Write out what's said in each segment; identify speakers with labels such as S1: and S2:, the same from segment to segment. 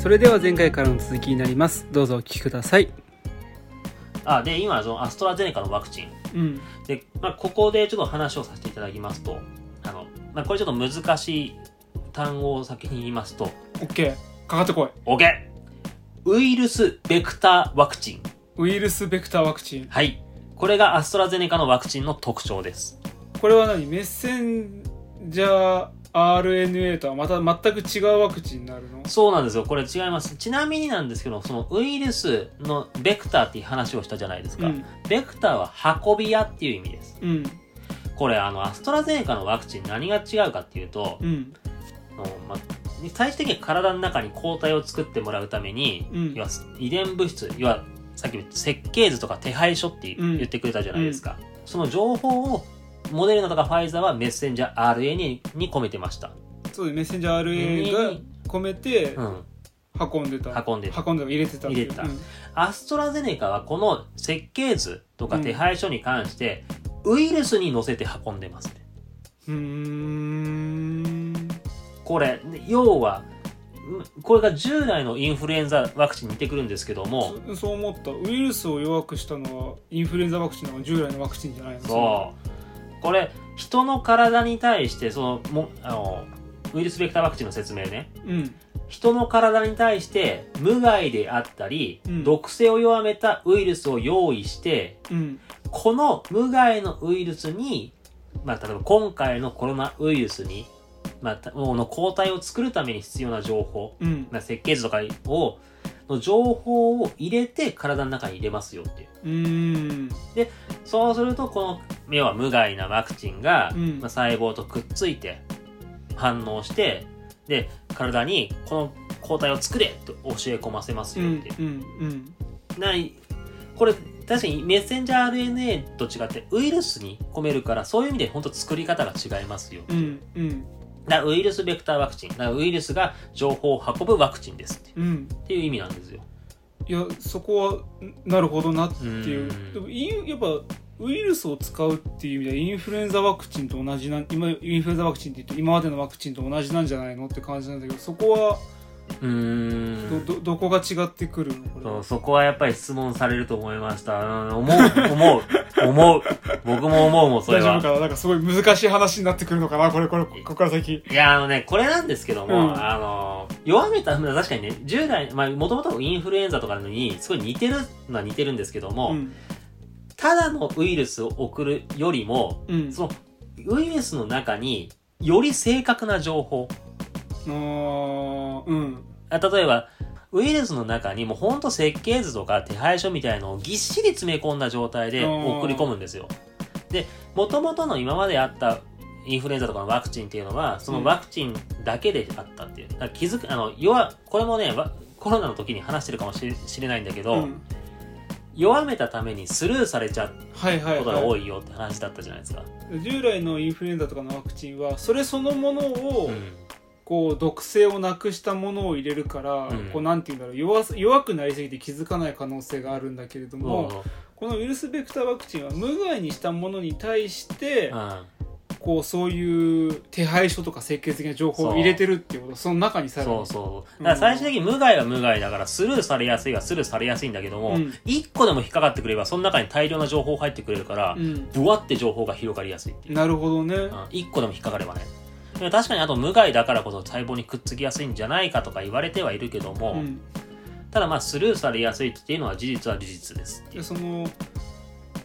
S1: それでは前回からの続きになりますどうぞお聞きください
S2: あで今そのアストラゼネカのワクチン
S1: うん
S2: で、まあ、ここでちょっと話をさせていただきますとあの、まあ、これちょっと難しい単語を先に言いますと
S1: OK かかってこい
S2: OK ウイルスベクターワクチン
S1: ウイルスベクターワクチン
S2: はいこれがアストラゼネカのワクチンの特徴です
S1: これは何メッセンジャー RNA とはまた全く違うワクチンになるの
S2: そうなんですよこれ違いますちなみになんですけどそのウイルスのベクターっていう話をしたじゃないですか、
S1: うん
S2: ベクターは運び屋っていう意味です
S1: うん
S2: これあのアストラゼネカのワクチン何が違うかっていうと、
S1: うん
S2: あのまあ、最終的に体の中に抗体を作ってもらうために、
S1: うん
S2: 要は遺伝物質要はさっきも言った設計図とか手配書って
S1: うん
S2: 言ってくれたじゃないですか、その情報をモデルナとかファイザーはメッセンジャー RNA に込めてました、
S1: そうだメッセンジャー RNA が込めて
S2: うん、
S1: 運んでた、
S2: 運んでた
S1: 運んでた入れてたっていう
S2: 入れた
S1: うん
S2: アストラゼネカはこの設計図とか手配書に関して、ウイルスに乗せて運んでますね
S1: うーん
S2: これ要はうんこれが従来のインフルエンザワクチンに似てくるんですけども、
S1: そそう思ったウイルスを弱くしたのはインフルエンザワクチンの従来のワクチンじゃないの
S2: そうこれ人の体に対してそのもあのウイルスベクターワクチンの説明ね
S1: ううん
S2: 人の体に対して無害であったり、
S1: うん
S2: 毒性を弱めたウイルスを用意して
S1: うん
S2: この無害のウイルスに、まあ、例えば今回のコロナウイルスに、まあ、たもうの抗体を作るために必要な情報、
S1: うん
S2: まあ、設計図とかをの情報を入れて体の中に入れますよっていう
S1: うーん
S2: そうするとこの要は無害なワクチンが、
S1: うん
S2: まあ、細胞とくっついて反応してで体にこの抗体を作れと教え込ませます
S1: う
S2: よっ
S1: ん
S2: て、
S1: うん
S2: ないこれ確かにメッセンジャー RNA と違ってウイルスに込めるからそういう意味で本当作り方が違いますよ
S1: うんうんうん
S2: だからウイルスベクターワクチンだからウイルスが情報を運ぶワクチンですって
S1: うん
S2: っていう意味なんですよ
S1: いやそこはんなるほどなっていう
S2: うん
S1: でもインやっぱウイルスを使うっていう意味ではインフルエンザワクチンと同じなん今インフルエンザワクチンって言うと今までのワクチンと同じなんじゃないのって感じなんだけどそこはど,、
S2: うーん
S1: どどこが違ってくるのこれ
S2: そ
S1: は
S2: うそこはやっぱり質問されると思いました。うん、思う、思う、思う。僕も思うもん、それ
S1: 大丈
S2: は
S1: 夫。かななんかすごい難しい話になってくるのかなこれこれこここから先
S2: いや、あのね、これなんですけども、
S1: うん
S2: あの、弱めた、まあ確かにね、従来、まあ、もともとインフルエンザとかのに、すごい似てるのは似てるんですけども、
S1: うん
S2: ただのウイルスを送るよりも、
S1: うん
S2: その、ウイルスの中に、より正確な情報。
S1: あーうん
S2: あ例えば、ウイルスの中にもうほんと設計図とか手配書みたいのをぎっしり詰め込んだ状態で
S1: うん
S2: 送り込むんですよ。で、元々の今まであったインフルエンザとかのワクチンっていうのは、そのワクチンだけであったっていう。だから気づく、あの、弱、これもね、わコロナの時に話してるかもしれしれないんだけど、
S1: うん
S2: 弱めたためにスルーされちゃう
S1: はいはい、
S2: ことが
S1: は
S2: 多いよって話だったじゃないですか。
S1: い、従来のインフルエンザとかのワクチンはそれそのものを、
S2: うん
S1: こう毒性をなくしたものを入れるから、
S2: うん
S1: こうなんていうんだろう弱す弱くなりすぎて気づかない可能性があるんだけれども、このウイルスベクターワクチンは無害にしたものに対して、
S2: うん
S1: こうそういう手配書とか設計的な情報を入れてるっていうことその中にさらに
S2: そうそう。だから最終的に無害は無害だから、スルーされやすいはスルーされやすいんだけども、
S1: うん
S2: 一個でも引っかかってくれば、その中に大量な情報入ってくれるから、
S1: うん、
S2: ブワって情報が広がりやすいっていう。
S1: なるほどね、
S2: うん一個でも引っかかればね。でも確かにあと無害だからこそ細胞にくっつきやすいんじゃないかとか言われてはいるけども、
S1: うん、
S2: ただまあスルーされやすいっていうのは事実は事実ですってい
S1: で
S2: う。
S1: その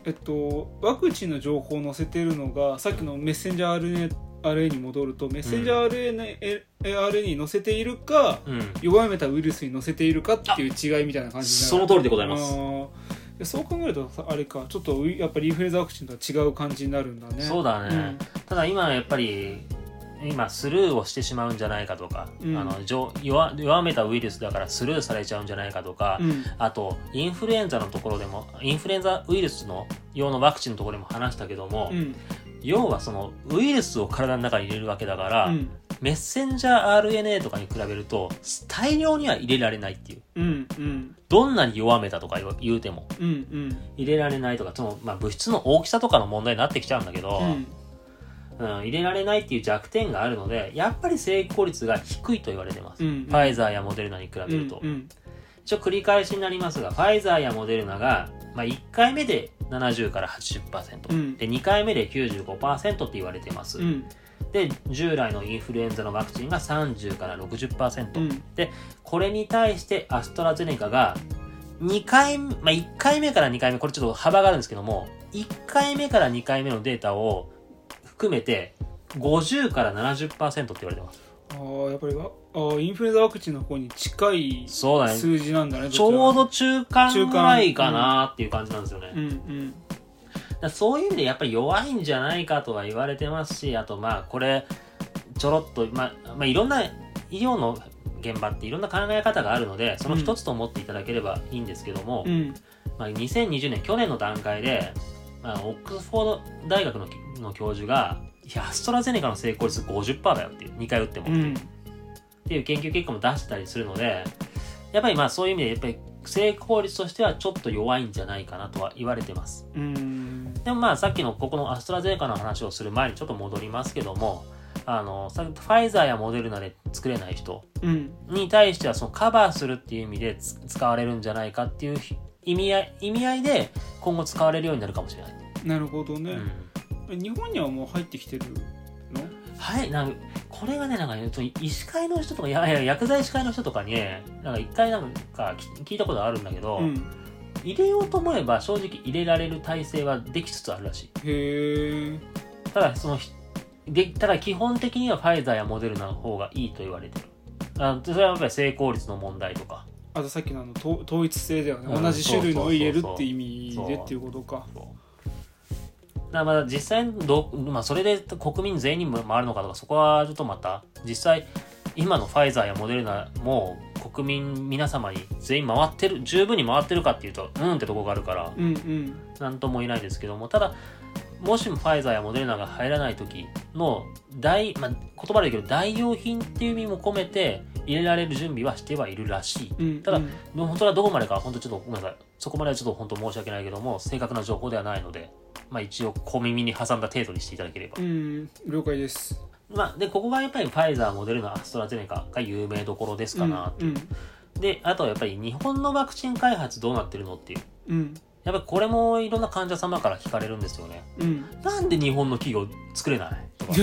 S1: えっとワクチンの情報を載せてるのがさっきのメッセンジャー RNA, RNA に戻るとメッセンジャー RNA,、RNA に載せているか
S2: うん。
S1: 弱めたウイルスに載せているかっていう違いみたいな感じに
S2: そ
S1: なる
S2: の通りでございます。
S1: あーそう考えるとさあれかちょっとウイやっぱりインフルエンザワクチンとは違う感じになるんだね
S2: そうだね。
S1: うん
S2: ただ今やっぱり今スルーをしてしまうんじゃないかとか、
S1: うん
S2: あのじょ弱弱めたウイルスだからスルーされちゃうんじゃないかとか、
S1: うん
S2: あとインフルエンザのところでもインフルエンザウイルスの用のワクチンのところでも話したけども、
S1: うん
S2: 要はそのウイルスを体の中に入れるわけだから、
S1: うん
S2: メッセンジャー RNA とかに比べると大量には入れられないっていう
S1: うんうん
S2: どんなに弱めたとか言う言うても
S1: うんうん
S2: 入れられないとかその、まあ、物質の大きさとかの問題になってきちゃうんだけど、
S1: うん
S2: うん、入れられないっていう弱点があるのでやっぱり成功率が低いと言われてます、
S1: うんうん
S2: ファイザーやモデルナに比べると、
S1: うん
S2: 一応繰り返しになりますがファイザーやモデルナが、まあ、1回目で70から80%、
S1: うん
S2: で2回目で95%って言われてます、
S1: うんうん
S2: で従来のインフルエンザのワクチンが30から60%、
S1: うん
S2: これに対してアストラゼネカが2回、まあ、1回目から2回目、これちょっと幅があるんですけども、1回目から2回目のデータを含めて50から70%って言われてます。
S1: あーやっぱりわあーインフルエンザワクチンの方に近い
S2: そうだね。
S1: 数字なんだね
S2: ちょう
S1: ど
S2: ど中間ぐらいかなっていう感じなんですよね。
S1: ちらうん
S2: だからそういう意味でやっぱり弱いんじゃないかとは言われてますしあとまあこれちょろっと、まあ、まあいろんな医療の現場っていろんな考え方があるのでその一つと思っていただければいいんですけども、
S1: うんうん
S2: まあ、2020年去年の段階で、まあ、オックスフォード大学のの教授がいやアストラゼネカの成功率50%だよっていう2回打っても、
S1: う
S2: っ
S1: ん
S2: ていう研究結果も出してたりするのでやっぱりまあそういう意味でやっぱり成功率としてはちょっと弱いんじゃないかなとは言われてます。
S1: うん
S2: でもまあさっきのここのアストラゼネカの話をする前にちょっと戻りますけどもあのさファイザーやモデルナで作れない人
S1: うん
S2: に対してはそのカバーするっていう意味でつ使われるんじゃないかっていうひ意味合い意味合いで今後使われるようになるかもしれない。
S1: なるほど
S2: う
S1: ね、
S2: ん
S1: 日本にはもう入ってきてるの
S2: はい、なんかこれがね、なんかね、その医師会の人とか、いやいや、薬剤師会の人とかにね、なんか一回なんかき聞いたことあるんだけど、
S1: うん
S2: 入れようと思えば正直入れられる体制はできつつあるらしい。
S1: へえ
S2: ただそのひでただ基本的にはファイザーやモデルナの方がいいと言われてるあそれはやっぱり成功率の問題とか
S1: あとさっきのあのと統一性だよね、
S2: うん
S1: 同じ種類のを入れる
S2: そう
S1: っ
S2: そ
S1: て
S2: う
S1: 意味でっていうことか
S2: そうだからまだ実際にどう、まあ、それで国民全員に回るのかとかそこはちょっとまた実際今のファイザーやモデルナも国民皆様に全員回ってる十分に回ってるかっていうとうんってとこがあるから
S1: うんうん
S2: 何とも言えないですけどもただもしもファイザーやモデルナが入らない時の代、まあ、言葉で言うけど代用品っていう意味も込めて入れられる準備はしてはいるらしい
S1: うん
S2: ただ
S1: うん
S2: でも本当はどこまでか本当ちょっとごめんなさいそこまではちょっと本当申し訳ないけども正確な情報ではないので、まあ、一応小耳に挟んだ程度にしていただければ
S1: う、ん了解です
S2: まあ、でここがやっぱりファイザーモデルナアストラゼネカが有名どころですかな、
S1: うん
S2: であとはやっぱり日本のワクチン開発どうなってるのっていう
S1: うん
S2: やっぱりこれもいろんな患者様から聞かれるんですよね
S1: うん
S2: なんで日本の企業作れないとか。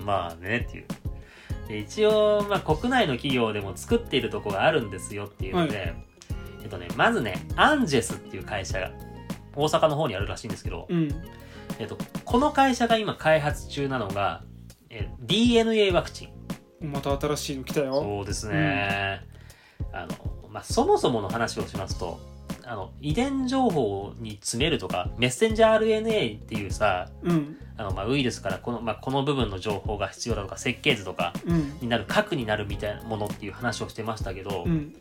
S2: うん、まあねっていう。で一応、まあ、国内の企業でも作っているとこがあるんですよっていうので、
S1: は
S2: えっとね、まずね、アンジェスっていう会社が大阪の方にあるらしいんですけど、
S1: うん
S2: えっと、この会社が今開発中なのが、え DNA ワクチン。
S1: うんまた新しいの来たよ
S2: そうですね、あの、まあ、そもそもの話をしますとあの遺伝情報に詰めるとかメッセンジャー RNA っていうさ
S1: うん
S2: あの、まあ、ウイルスからこの,、まあ、この部分の情報が必要だとか設計図とか
S1: うん
S2: になる核になるみたいなものっていう話をしてましたけど、
S1: うん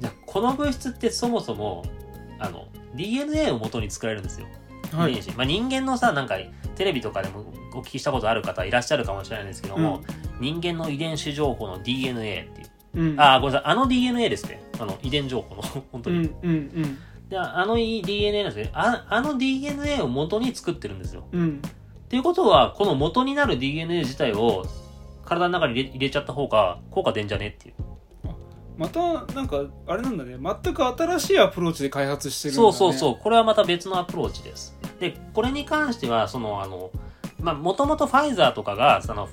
S2: じゃあこの物質ってそもそもあの DNA を元に作られるんですよ。
S1: はい
S2: 遺伝子まあ、人間のさなんかテレビとかでもお聞きしたことある方いらっしゃるかもしれないんですけども、人間の遺伝子情報の DNA っていう
S1: うん
S2: あー、ごめんなさい。あの DNA ですね。あの、遺伝 情報の。本当
S1: うん
S2: に。
S1: うん
S2: で、あの DNA なんですね。ああの DNA を元に作ってるんですよ。
S1: うんうん
S2: っていうことは、この元になる DNA 自体を体の中に入れ入れちゃった方が効果出んじゃねっていう。
S1: またなんかあれなんだね全く新しいアプローチで開発してるんだ、
S2: そ
S1: ね、
S2: うそうそう。これはまた別のアプローチです。で、これに関しては、その、あの、まあ、もともとファイザーとかが、その、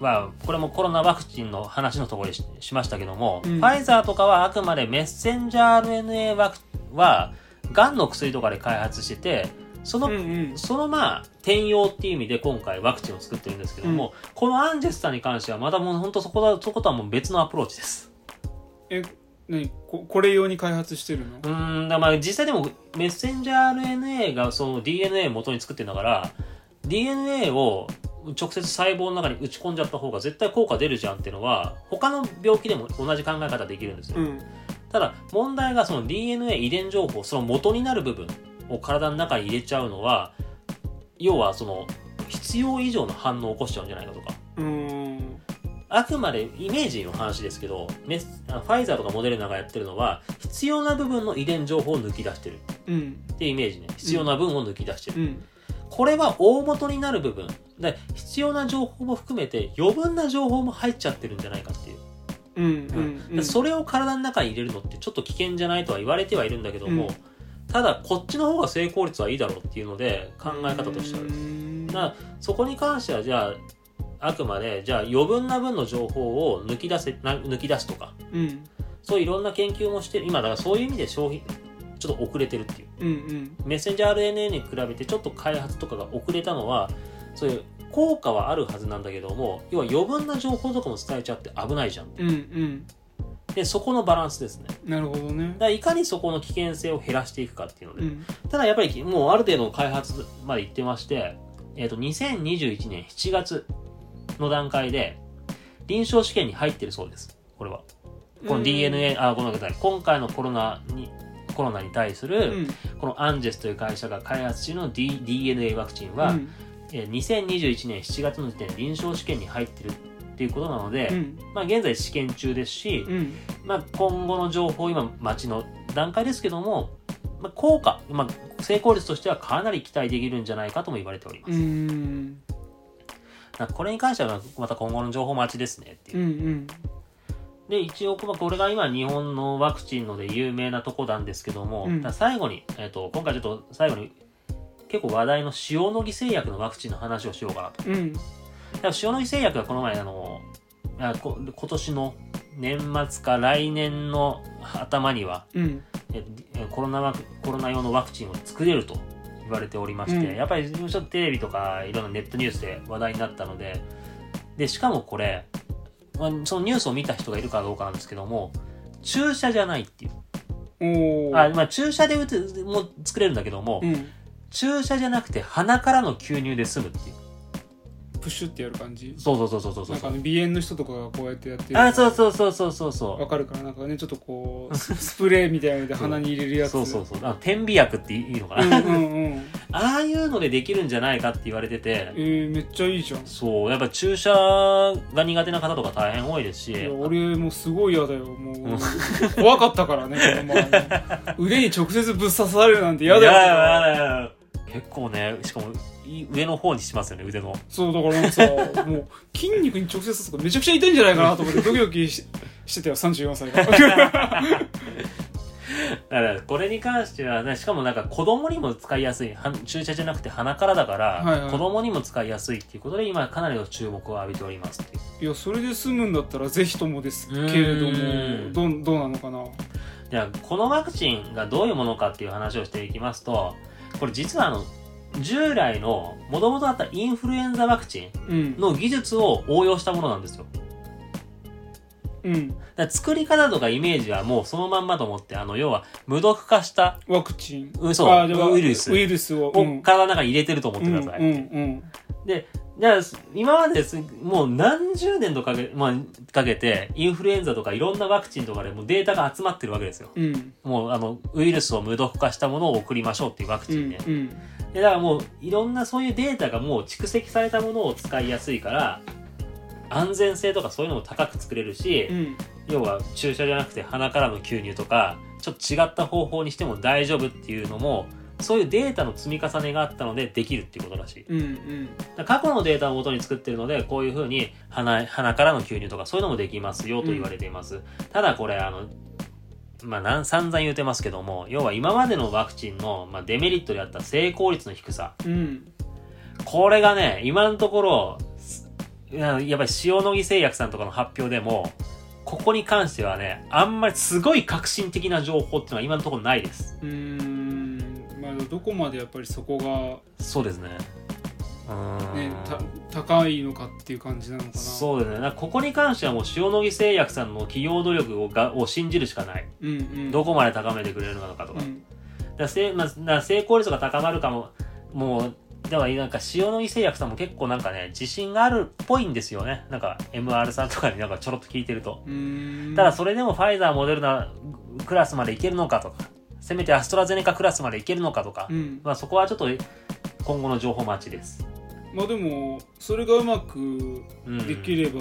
S2: まあ、これもコロナワクチンの話のところでししましたけども、
S1: うん
S2: ファイザーとかはあくまでメッセンジャー RNA ワクは、がんの薬とかで開発してて、その、
S1: うんうん
S2: そのまあ、転用っていう意味で今回ワクチンを作ってるんですけども、このアンジェスさんに関しては、またもう本当そこだ、そことはもう別のアプローチです。
S1: え何ここれ用に開発してるの
S2: うーんだからまあ実際でもメッセンジャー RNA がその DNA を元に作ってるんだから DNA を直接細胞の中に打ち込んじゃった方が絶対効果出るじゃんっていうのは他の病気でも同じ考え方できるんですよ、
S1: うん
S2: ただ問題がその DNA 遺伝情報その元になる部分を体の中に入れちゃうのは要はその必要以上の反応を起こしちゃうんじゃないかとか
S1: うん
S2: あくまでイメージの話ですけどメスあのファイザーとかモデルナがやってるのは必要な部分の遺伝情報を抜き出してる
S1: うんうん
S2: っていうイメージね必要な分を抜き出してる、
S1: うん
S2: これは大元になる部分で必要な情報も含めて余分な情報も入っちゃってるんじゃないかっていう、
S1: うんうんうん
S2: それを体の中に入れるのってちょっと危険じゃないとは言われてはいるんだけども、
S1: うん
S2: ただこっちの方が成功率はいいだろうっていうので考え方としてある
S1: うーん
S2: だからそこに関してはじゃああくまでじゃあ余分な分の情報を抜き出せな抜き出すとか
S1: うん
S2: そういろんな研究もしてる今だからそういう意味で消費ちょっと遅れてるっていう
S1: うん
S2: メッセンジャー RNA に比べてちょっと開発とかが遅れたのはそういう効果はあるはずなんだけども要は余分な情報とかも伝えちゃって危ないじゃん
S1: うんうん
S2: でそこのバランスですねだか
S1: うんなるほどね
S2: らいかにそこの危険性を減らしていくかっていうので、
S1: うん
S2: ただやっぱりもうある程度の開発まで行ってまして、えっと2021年7月の段階で臨床試験に入ってるそうですこれはこの DNA、あごめんなさい今回のコロナにコロナに対する、
S1: うん
S2: このアンジェスという会社が開発中の、D、DNA ワクチンは、
S1: うん
S2: えー2021年7月の時点で臨床試験に入ってるっていうことなので、
S1: うん
S2: まあ、現在試験中ですし、
S1: うん
S2: まあ、今後の情報今待ちの段階ですけども、まあ、効果、まあ、成功率としてはかなり期待できるんじゃないかとも言われておりま
S1: う
S2: す、
S1: ん
S2: だからこれに関してはまた今後の情報待ちですねっていう
S1: うんうん
S2: で一応まあこれが今日本のワクチンので有名なとこなんですけども、
S1: うん
S2: ただ最後に、えっと今回ちょっと最後に結構話題の塩野義製薬のワクチンの話をしようかなと
S1: うん
S2: だから塩野義製薬がこの前あのあこ今年の年末か来年の頭には
S1: うん
S2: ええコロナワクコロナ用のワクチンを作れると言われておりまして、
S1: うん
S2: やっぱりちょっとテレビとかいろんなネットニュースで話題になったのででしかもこれ、まあ、そのニュースを見た人がいるかどうかなんですけども注射じゃないってい
S1: お
S2: うあ、
S1: ー
S2: まあ、注射で打つもう作れるんだけども、
S1: うん
S2: 注射じゃなくて鼻からの吸入で済むっていう
S1: プシュってやる感じ
S2: そうそうそうそうそうそ
S1: なんかあ
S2: う
S1: の鼻炎の人とかがこうやってやってる
S2: あそうそうそうそうそうそう
S1: わかるからなんかねちょっとこうススプレーみたいなので鼻に入れるやつ
S2: そうそうそうあ点鼻薬っていいのかな、
S1: うんうんうん
S2: ああいうのでできるんじゃないかって言われてて
S1: えー、めっちゃいいじゃん
S2: そうやっぱ注射が苦手な方とか大変多いですし
S1: いや俺もうすごい嫌だよもう怖かった からねこの前ね腕に直接ぶっ刺されるなんて嫌だよ
S2: いやいやいやいや結構ねしかもい上の方にしますよね腕の
S1: そうだからなんかさもう筋肉に直接刺すからめちゃくちゃ痛いんじゃないかなと思ってドキドキししてたよ34歳 が
S2: だからこれに関しては、ね、しかもなんか子供にも使いやすいは注射じゃなくて鼻からだから、
S1: はいはい
S2: 子供にも使いやすいっていうことで今かなりの注目を浴びておりますっていう
S1: いやそれで済むんだったらぜひともですけれど
S2: うー
S1: も
S2: ん
S1: どうどうなのかな
S2: じゃあこのワクチンがどういうものかっていう話をしていきますとこれ実はあの従来の元々あったインフルエンザワクチン
S1: うん
S2: の技術を応用したものなんですよ
S1: うん
S2: だから作り方とかイメージはもうそのまんまと思ってあの要は無毒化した
S1: ワクチン
S2: うんそう
S1: あじゃあ
S2: ウイルス
S1: ウイルスを、
S2: を体の中に入れてると思ってください、
S1: うんうん
S2: じゃあ今までですもう何十年とかけ,、まあ、かけてインフルエンザとかいろんなワクチンとかでもうデータが集まってるわけですよ
S1: うんうん
S2: もうあのウイルスを無毒化したものを送りましょうっていうワク
S1: う
S2: チ
S1: ん
S2: ンね、でだからもういろんなそういうデータがもう蓄積されたものを使いやすいから安全性とかそういうのも高く作れるし、
S1: うん
S2: 要は注射じゃなくて鼻からの吸入とかちょっと違った方法にしても大丈夫っていうのもそういうデータの積み重ねがあったのでできるっていうことらしい
S1: うんうん
S2: だから過去のデータを元に作ってるのでこういうふうに鼻鼻からの吸入とかそういうのもできますよと言われています、ただこれあのまあなん散々言うてますけども要は今までのワクチンの、まあ、デメリットであった成功率の低さ
S1: うん
S2: これがね今のところすやっぱり塩野義製薬さんとかの発表でもここに関してはねあんまりすごい革新的な情報っていうのは今のところないです
S1: うーんまあどこまでやっぱりそこ
S2: そうですねうー
S1: が、
S2: ん
S1: ね、た高いのかっていう感じなのかな
S2: そうですねだからここに関してはもう塩野義製薬さんの企業努力をがを信じるしかない
S1: うんうん
S2: どこまで高めてくれるのかとか,、
S1: う
S2: だか
S1: ん
S2: らせまあだから成功率が高まるかももうだからなんか塩野義製薬さんも結構なんかね自信があるっぽいんですよねなんか MR さんとかになんかちょろっと聞いてると
S1: うーん
S2: ただそれでもファイザー、モデルナクラスまでいけるのかとか、せめてアストラゼネカクラスまでいけるのかとか、
S1: うん
S2: まあそこはちょっと今後の情報待ちです。
S1: まあでもそれがうまく
S2: うん
S1: できれば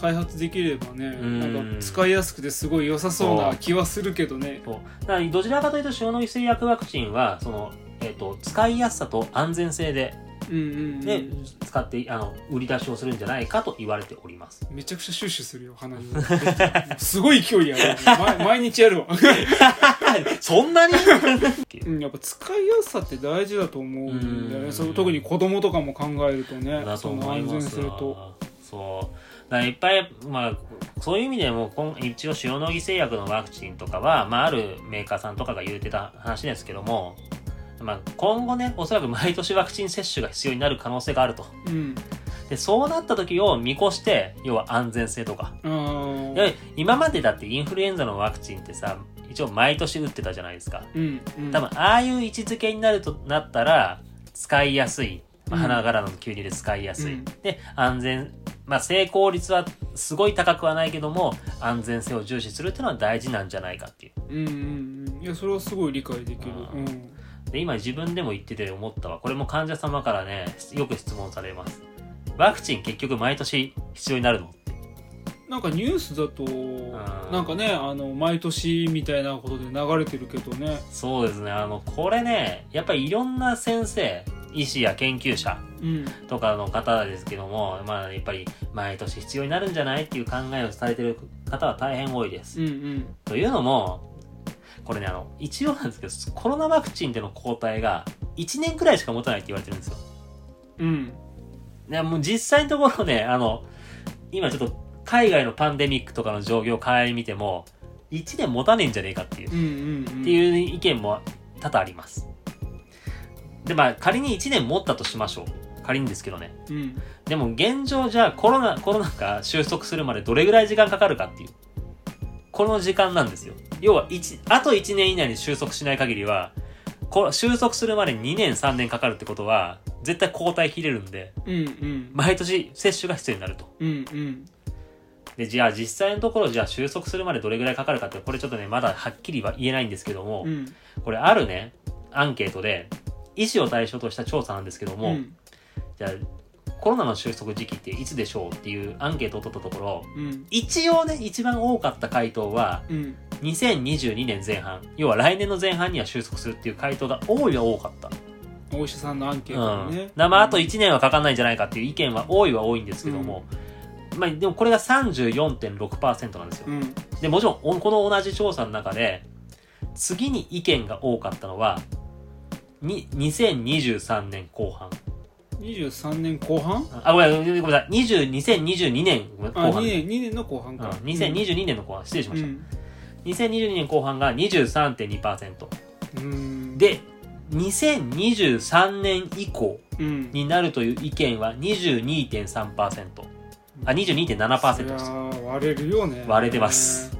S1: 開発できればね
S2: うん
S1: なんか使いやすくてすごい良さそうな気はするけどね
S2: そうだからどちらかというと塩野義製薬ワクチンはその、えー、と使いやすさと安全性で、
S1: うんうん、う
S2: ね
S1: ん、
S2: 使ってあの売り出しをするんじゃないかと言われてお ります。
S1: めちゃくちゃシュッシュするよ鼻に すごい勢いやる毎毎日やるわ、
S2: そんな に
S1: うん、やっぱ使いやすさって大事だと思うんだよ
S2: う
S1: ね
S2: ん
S1: そう特に子供とかも考えるとね
S2: だと
S1: そ
S2: 思
S1: の
S2: い
S1: 安
S2: ま
S1: 全性
S2: す
S1: と
S2: よそうだからいっぱい、まあ、そういう意味でも今一応塩野義製薬のワクチンとかは、まあ、あるメーカーさんとかが言うてた話ですけども、まあ、今後ねおそらく毎年ワクチン接種が必要になる可能性があると
S1: うん
S2: でそうなった時を見越して要は安全性とか
S1: あー
S2: で今までだってインフルエンザのワクチンってさ一応毎年打ってたじゃないですか
S1: うんうん
S2: 多分ああいう位置づけになるとなったら使いやすい、ま
S1: う
S2: あ、
S1: ん
S2: 花柄の急流で使いやすい、
S1: うん
S2: で安全、まあ、成功率はすごい高くはないけども安全性を重視するっていうのは大事なんじゃないかっていう
S1: うんうんうんいやそれはすごい理解できる
S2: うんで今自分でも言ってて思ったわこれも患者様からねよく質問されますワクチン結局毎年必要になるのって
S1: なんかニュースだと
S2: ん
S1: なんかねあの毎年みたいなことで流れてるけどね
S2: そうですねあのこれねやっぱりいろんな先生医師や研究者
S1: うん
S2: とかの方ですけども、まあ、やっぱり毎年必要になるんじゃないっていう考えをされてる方は大変多いです。
S1: うんうん
S2: というのも、これね、あの、一応なんですけど、コロナワクチンでの抗体が1年くらいしか持たないって言われてるんですよ。
S1: うん
S2: ね、もう実際のところね、あの、今ちょっと海外のパンデミックとかの状況を顧みても、1年持たねえんじゃねえかっていう
S1: うんう、んうん
S2: っていう意見も多々あります。で、まあ仮に1年持ったとしましょう。仮にですけどね。
S1: うん
S2: でも現状じゃあコロナ、コロナが収束するまでどれぐらい時間かかるかっていう。この時間なんですよ。要は一あと1年以内に収束しない限りは、こ収束するまで2年3年かかるってことは、絶対抗体切れるんで、
S1: うんうん
S2: 毎年接種が必要になると。
S1: うんうん
S2: で、じゃあ実際のところじゃあ収束するまでどれぐらいかかるかって、これちょっとね、まだはっきりは言えないんですけども
S1: う、ん
S2: これあるね、アンケートで、医師を対象とした調査なんですけど
S1: う
S2: も、
S1: ん
S2: じゃあコロナの収束時期っていつでしょうっていうアンケートを取ったところ
S1: うん
S2: 一応ね一番多かった回答は
S1: うん
S2: 2022年前半要は来年の前半には収束するっていう回答が多いは多かった、
S1: お医者さんのアンケート
S2: う
S1: で
S2: ん
S1: ね
S2: だまああと1年はかかんないんじゃないかっていう意見は多いは多いんですけども、まあ、でもこれが34.6%なんですよ
S1: うん
S2: でもちろんおこの同じ調査の中で次に意見が多かったのはに2023年後半
S1: 23年後半
S2: あ、ごめん、ごめんごめんなさい。20、2022年後
S1: あ
S2: 半
S1: 2
S2: ね。
S1: 年2年の後半
S2: うん
S1: か
S2: 2022年の後半、失礼しま
S1: う
S2: した。
S1: ん
S2: 2022年後半が23.2%。
S1: うん
S2: で、2023年以降
S1: うん
S2: になるという意見は22.3%。あ、22.7%で
S1: そ
S2: す。
S1: りゃ割れるよね
S2: 割れてます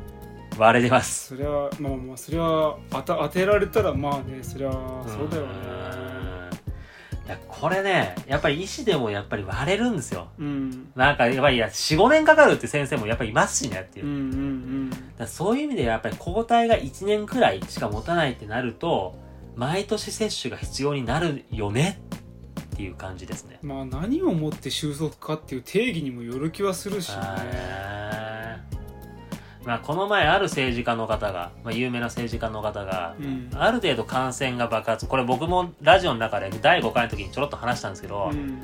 S2: 割れてま
S1: そ
S2: す。
S1: りゃまあまあそりゃあた当てられたらまあねそりゃそうだよね
S2: うんいや、これね、やっぱり医師でもやっぱり割れるんですよ。
S1: うん
S2: なんか、やっぱりいや4、5年かかるって先生もやっぱりいますしねっていう
S1: うんう。ん
S2: だからそういう意味でやっぱり抗体が1年くらいしか持たないってなると毎年接種が必要になるよねっていう感じですね
S1: うんまあ何をもって収束かっていう定義にもよる気はするしね
S2: あーまあこの前ある政治家の方が、まあ、有名な政治家の方が
S1: うん
S2: ある程度感染が爆発これ僕もラジオの中で第5回の時にちょろっと話したんですけど、
S1: うん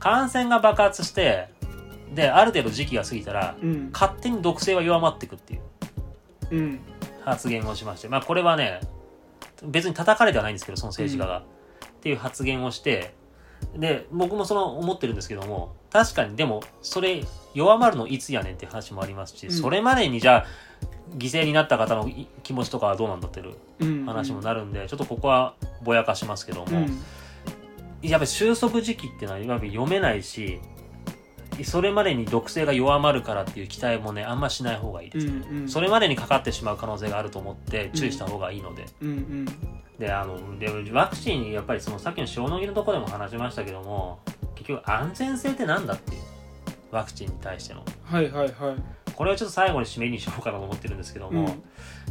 S2: 感染が爆発してである程度時期が過ぎたら
S1: うん
S2: 勝手に毒性は弱まっていくっていう
S1: うん
S2: 発言をしまして、まあこれはね、別に叩かれてはないんですけど、その政治家が。っていう発言をして、で、僕もその思ってるんですけども、確かにでも、それ弱まるのいつやねんって話もありますし、
S1: うん
S2: それまでにじゃあ、犠牲になった方のい気持ちとかはどうなんだっていう
S1: うん
S2: 話もなるんで、ちょっとここはぼやかしますけど
S1: う
S2: も、
S1: ん
S2: やっぱり収束時期ってのはやっぱり読めないし、それまでに毒性が弱まるからっていう期待もね、あんましない方がいいです
S1: う。んうん
S2: それまでにかかってしまう可能性があると思って注意した方がいいので、
S1: うんうん
S2: であのでワクチンやっぱりそのさっきの塩野義のところでも話しましたけども結局安全性ってなんだっていうワクチンに対しての
S1: はいはいはい
S2: これをちょっと最後に締めにしようかなと思ってるんですけど
S1: うん
S2: も、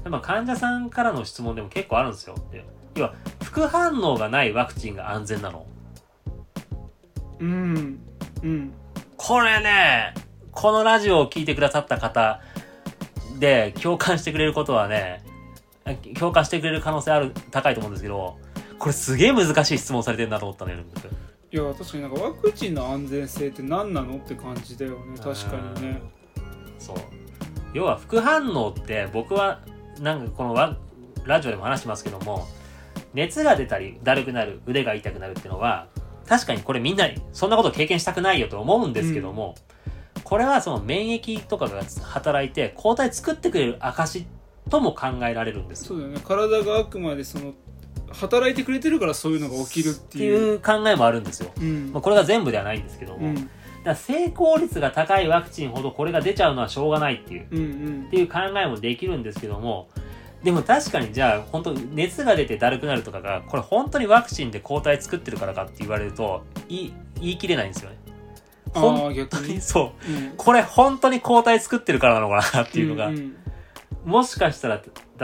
S2: でも患者さんからの質問でも結構あるんですよで要は副反応がないワクチンが安全なの
S1: うんうん
S2: これねこのラジオを聞いてくださった方で共感してくれることはね、共感してくれる可能性ある、高いと思うんですけど、これすげえ難しい質問されてるなと思ったね、僕
S1: いや確かになんかワクチンの安全性って何なのって感じだよね確かにね
S2: そう要は副反応って僕はなんかこのわラジオでも話してますけども熱が出たりだるくなる腕が痛くなるっていうのは確かにこれみんなそんなこと経験したくないよと思うんですけども、これはその免疫とかが働いて抗体作ってくれる証とも考えられるんですよ
S1: そうだよね体があくまでその働いてくれてるからそういうのが起きるって
S2: って
S1: いう
S2: いう考えもあるんですよ、
S1: うん
S2: まあ、これが全部ではないんですけど
S1: う
S2: も、だか
S1: ん
S2: ら成功率が高いワクチンほどこれが出ちゃうのはしょうがないっていう
S1: うんうん
S2: っていう考えもできるんですけどもでも確かにじゃあ本当熱が出てだるくなるとかがこれ本当にワクチンで抗体作ってるからかって言われると言い言い切れないんですよね。
S1: あ
S2: 本
S1: あ逆
S2: 当に
S1: に
S2: そう
S1: うん
S2: これ本当に抗体作ってるからなのかなっていうのが、
S1: んん
S2: もしかしたら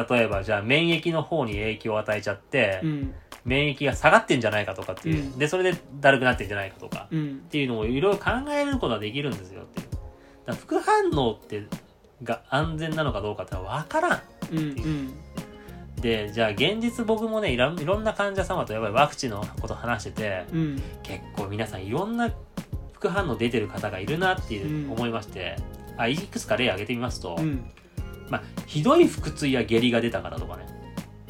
S2: 例えばじゃあ免疫の方に影響を与えちゃって、
S1: うん
S2: 免疫が下がってんじゃないかとかってい
S1: う
S2: う、
S1: ん
S2: でそれでだるくなってんじゃないかとか
S1: うん
S2: っていうのをいろいろ考えることができるんですよっていうだから副反応ってが安全なのかどうかってのは分からん
S1: うんうん
S2: でじゃあ現実僕もねいろんいろんな患者様とやっぱりワクチンのこと話してて
S1: うん
S2: 結構皆さんいろんな副反応出てる方がいるなっていう
S1: うん
S2: 思いまして、あいくつか例挙げてみますと、
S1: うん
S2: まあ、ひどい腹痛や下痢が出た方とかね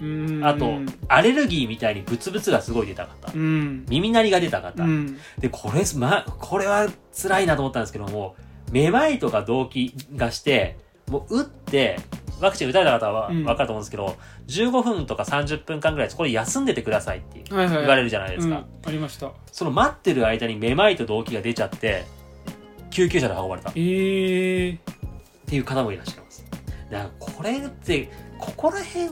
S1: うん
S2: あと、アレルギーみたいにブツブツがすごい出た方、
S1: うん
S2: 耳鳴りが出た方、
S1: うん
S2: でこれ,、ま、これは辛いなと思ったんですけどもめまいとか動悸がしてもう打ってワクチン打たれた方は
S1: うん
S2: 分かると思うんですけど、15分とか30分間ぐらいそこで休んでてくださいって
S1: はいはい
S2: 言われるじゃないですか、
S1: うんありました
S2: その待ってる間にめまいと動悸が出ちゃって救急車で運ばれたっ
S1: ええ
S2: ていう方もいらっしゃいますだからこれってここら辺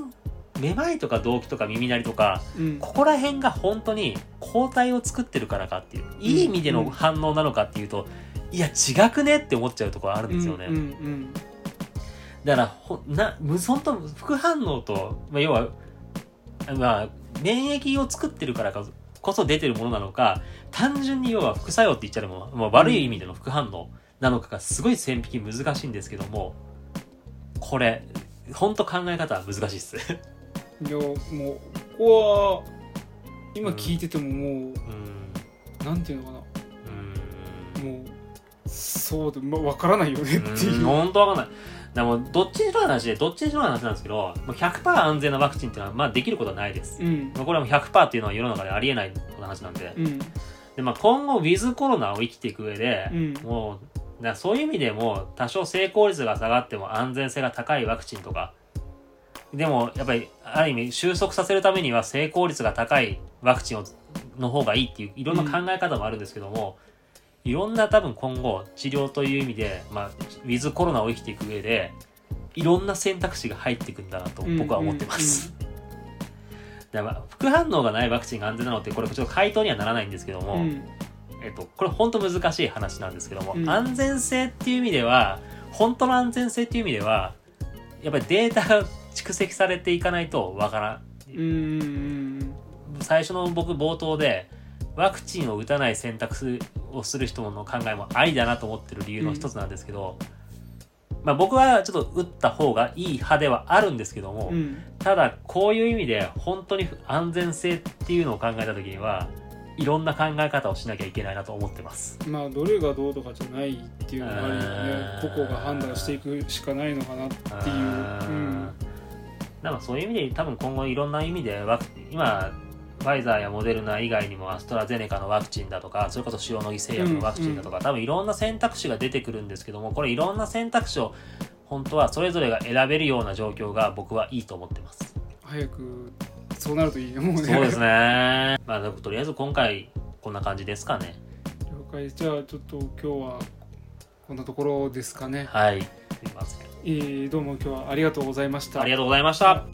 S2: めまいとか動悸とか耳鳴りとか
S1: うん
S2: ここら辺が本当に抗体を作ってるからかっていういい意味での反応なのかっていうと、いや違くねって思っちゃうところあるんですよね、
S1: うんうん
S2: だからほなむ本当副反応と、まあ、要は、まあ、免疫を作ってるからかこそ出てるものなのか単純に要は副作用って言っちゃうも、まあ、悪い意味での副反応なのかがすごい線引き難しいんですけどもこれ本当考え方は難しいっす、
S1: うんいやもうここは今聞いててももう
S2: うん
S1: なんていうのか
S2: うん
S1: なもうそうでまわからないよねっていううん
S2: 本当わかんない。でも、どっちにしろの話で、どっちにしろの話なんですけど、もう100%安全なワクチンっていうのは、まあ、できることはないです。
S1: うん
S2: これはもう100%っていうのは世の中でありえない話なんで。
S1: うん
S2: で、まあ、今後、ウィズコロナを生きていく上で、
S1: うん
S2: もう、だそういう意味でも、多少成功率が下がっても安全性が高いワクチンとか、でも、やっぱり、ある意味、収束させるためには成功率が高いワクチンをの方がいいっていう、いろんな考え方もあるんですけども、いろんな多分今後、治療という意味で、まあ、ウィズコロナを生きていく上で、いろんな選択肢が入っていくんだなと僕は思ってます。 だからまあ副反応がないワクチンが安全なのって、これちょっと回答にはならないんですけども、
S1: うん
S2: えっと、これ本当難しい話なんですけども、
S1: うん
S2: 安全性っていう意味では本当の安全性っていう意味ではやっぱりデータが蓄積されていかないとわから
S1: うんうん
S2: ん最初の僕冒頭でワクチンを打たない選択をする人の考えもありだなと思ってる理由の一つなんですけど、まあ、僕はちょっと打った方がいい派ではあるんですけども、
S1: うん
S2: ただこういう意味で本当に安全性っていうのを考えた時にはいろんな考え方をしなきゃいけないなと思ってます。
S1: まあどれがどうとかじゃないっていうのがあるよね
S2: あ
S1: 個
S2: ー
S1: 々が判断していくしかないのかなっていううん
S2: だからそういう意味で多分今後いろんな意味でワク今ファイザーやモデルナ以外にもアストラゼネカのワクチンだとかそれこそ塩野義製薬のワクチンだとか、多分いろんな選択肢が出てくるんですけどもこれいろんな選択肢を本当はそれぞれが選べるような状況が僕はいいと思ってます。
S1: 早くそうなるといいねもうね
S2: そうですね。 まあとりあえず今回こんな感じですかね。
S1: 了解じゃあちょっと今日はこんなところですかね、
S2: はい。すいません。
S1: えーどうも今日はありがとうございました
S2: ありがとうございました。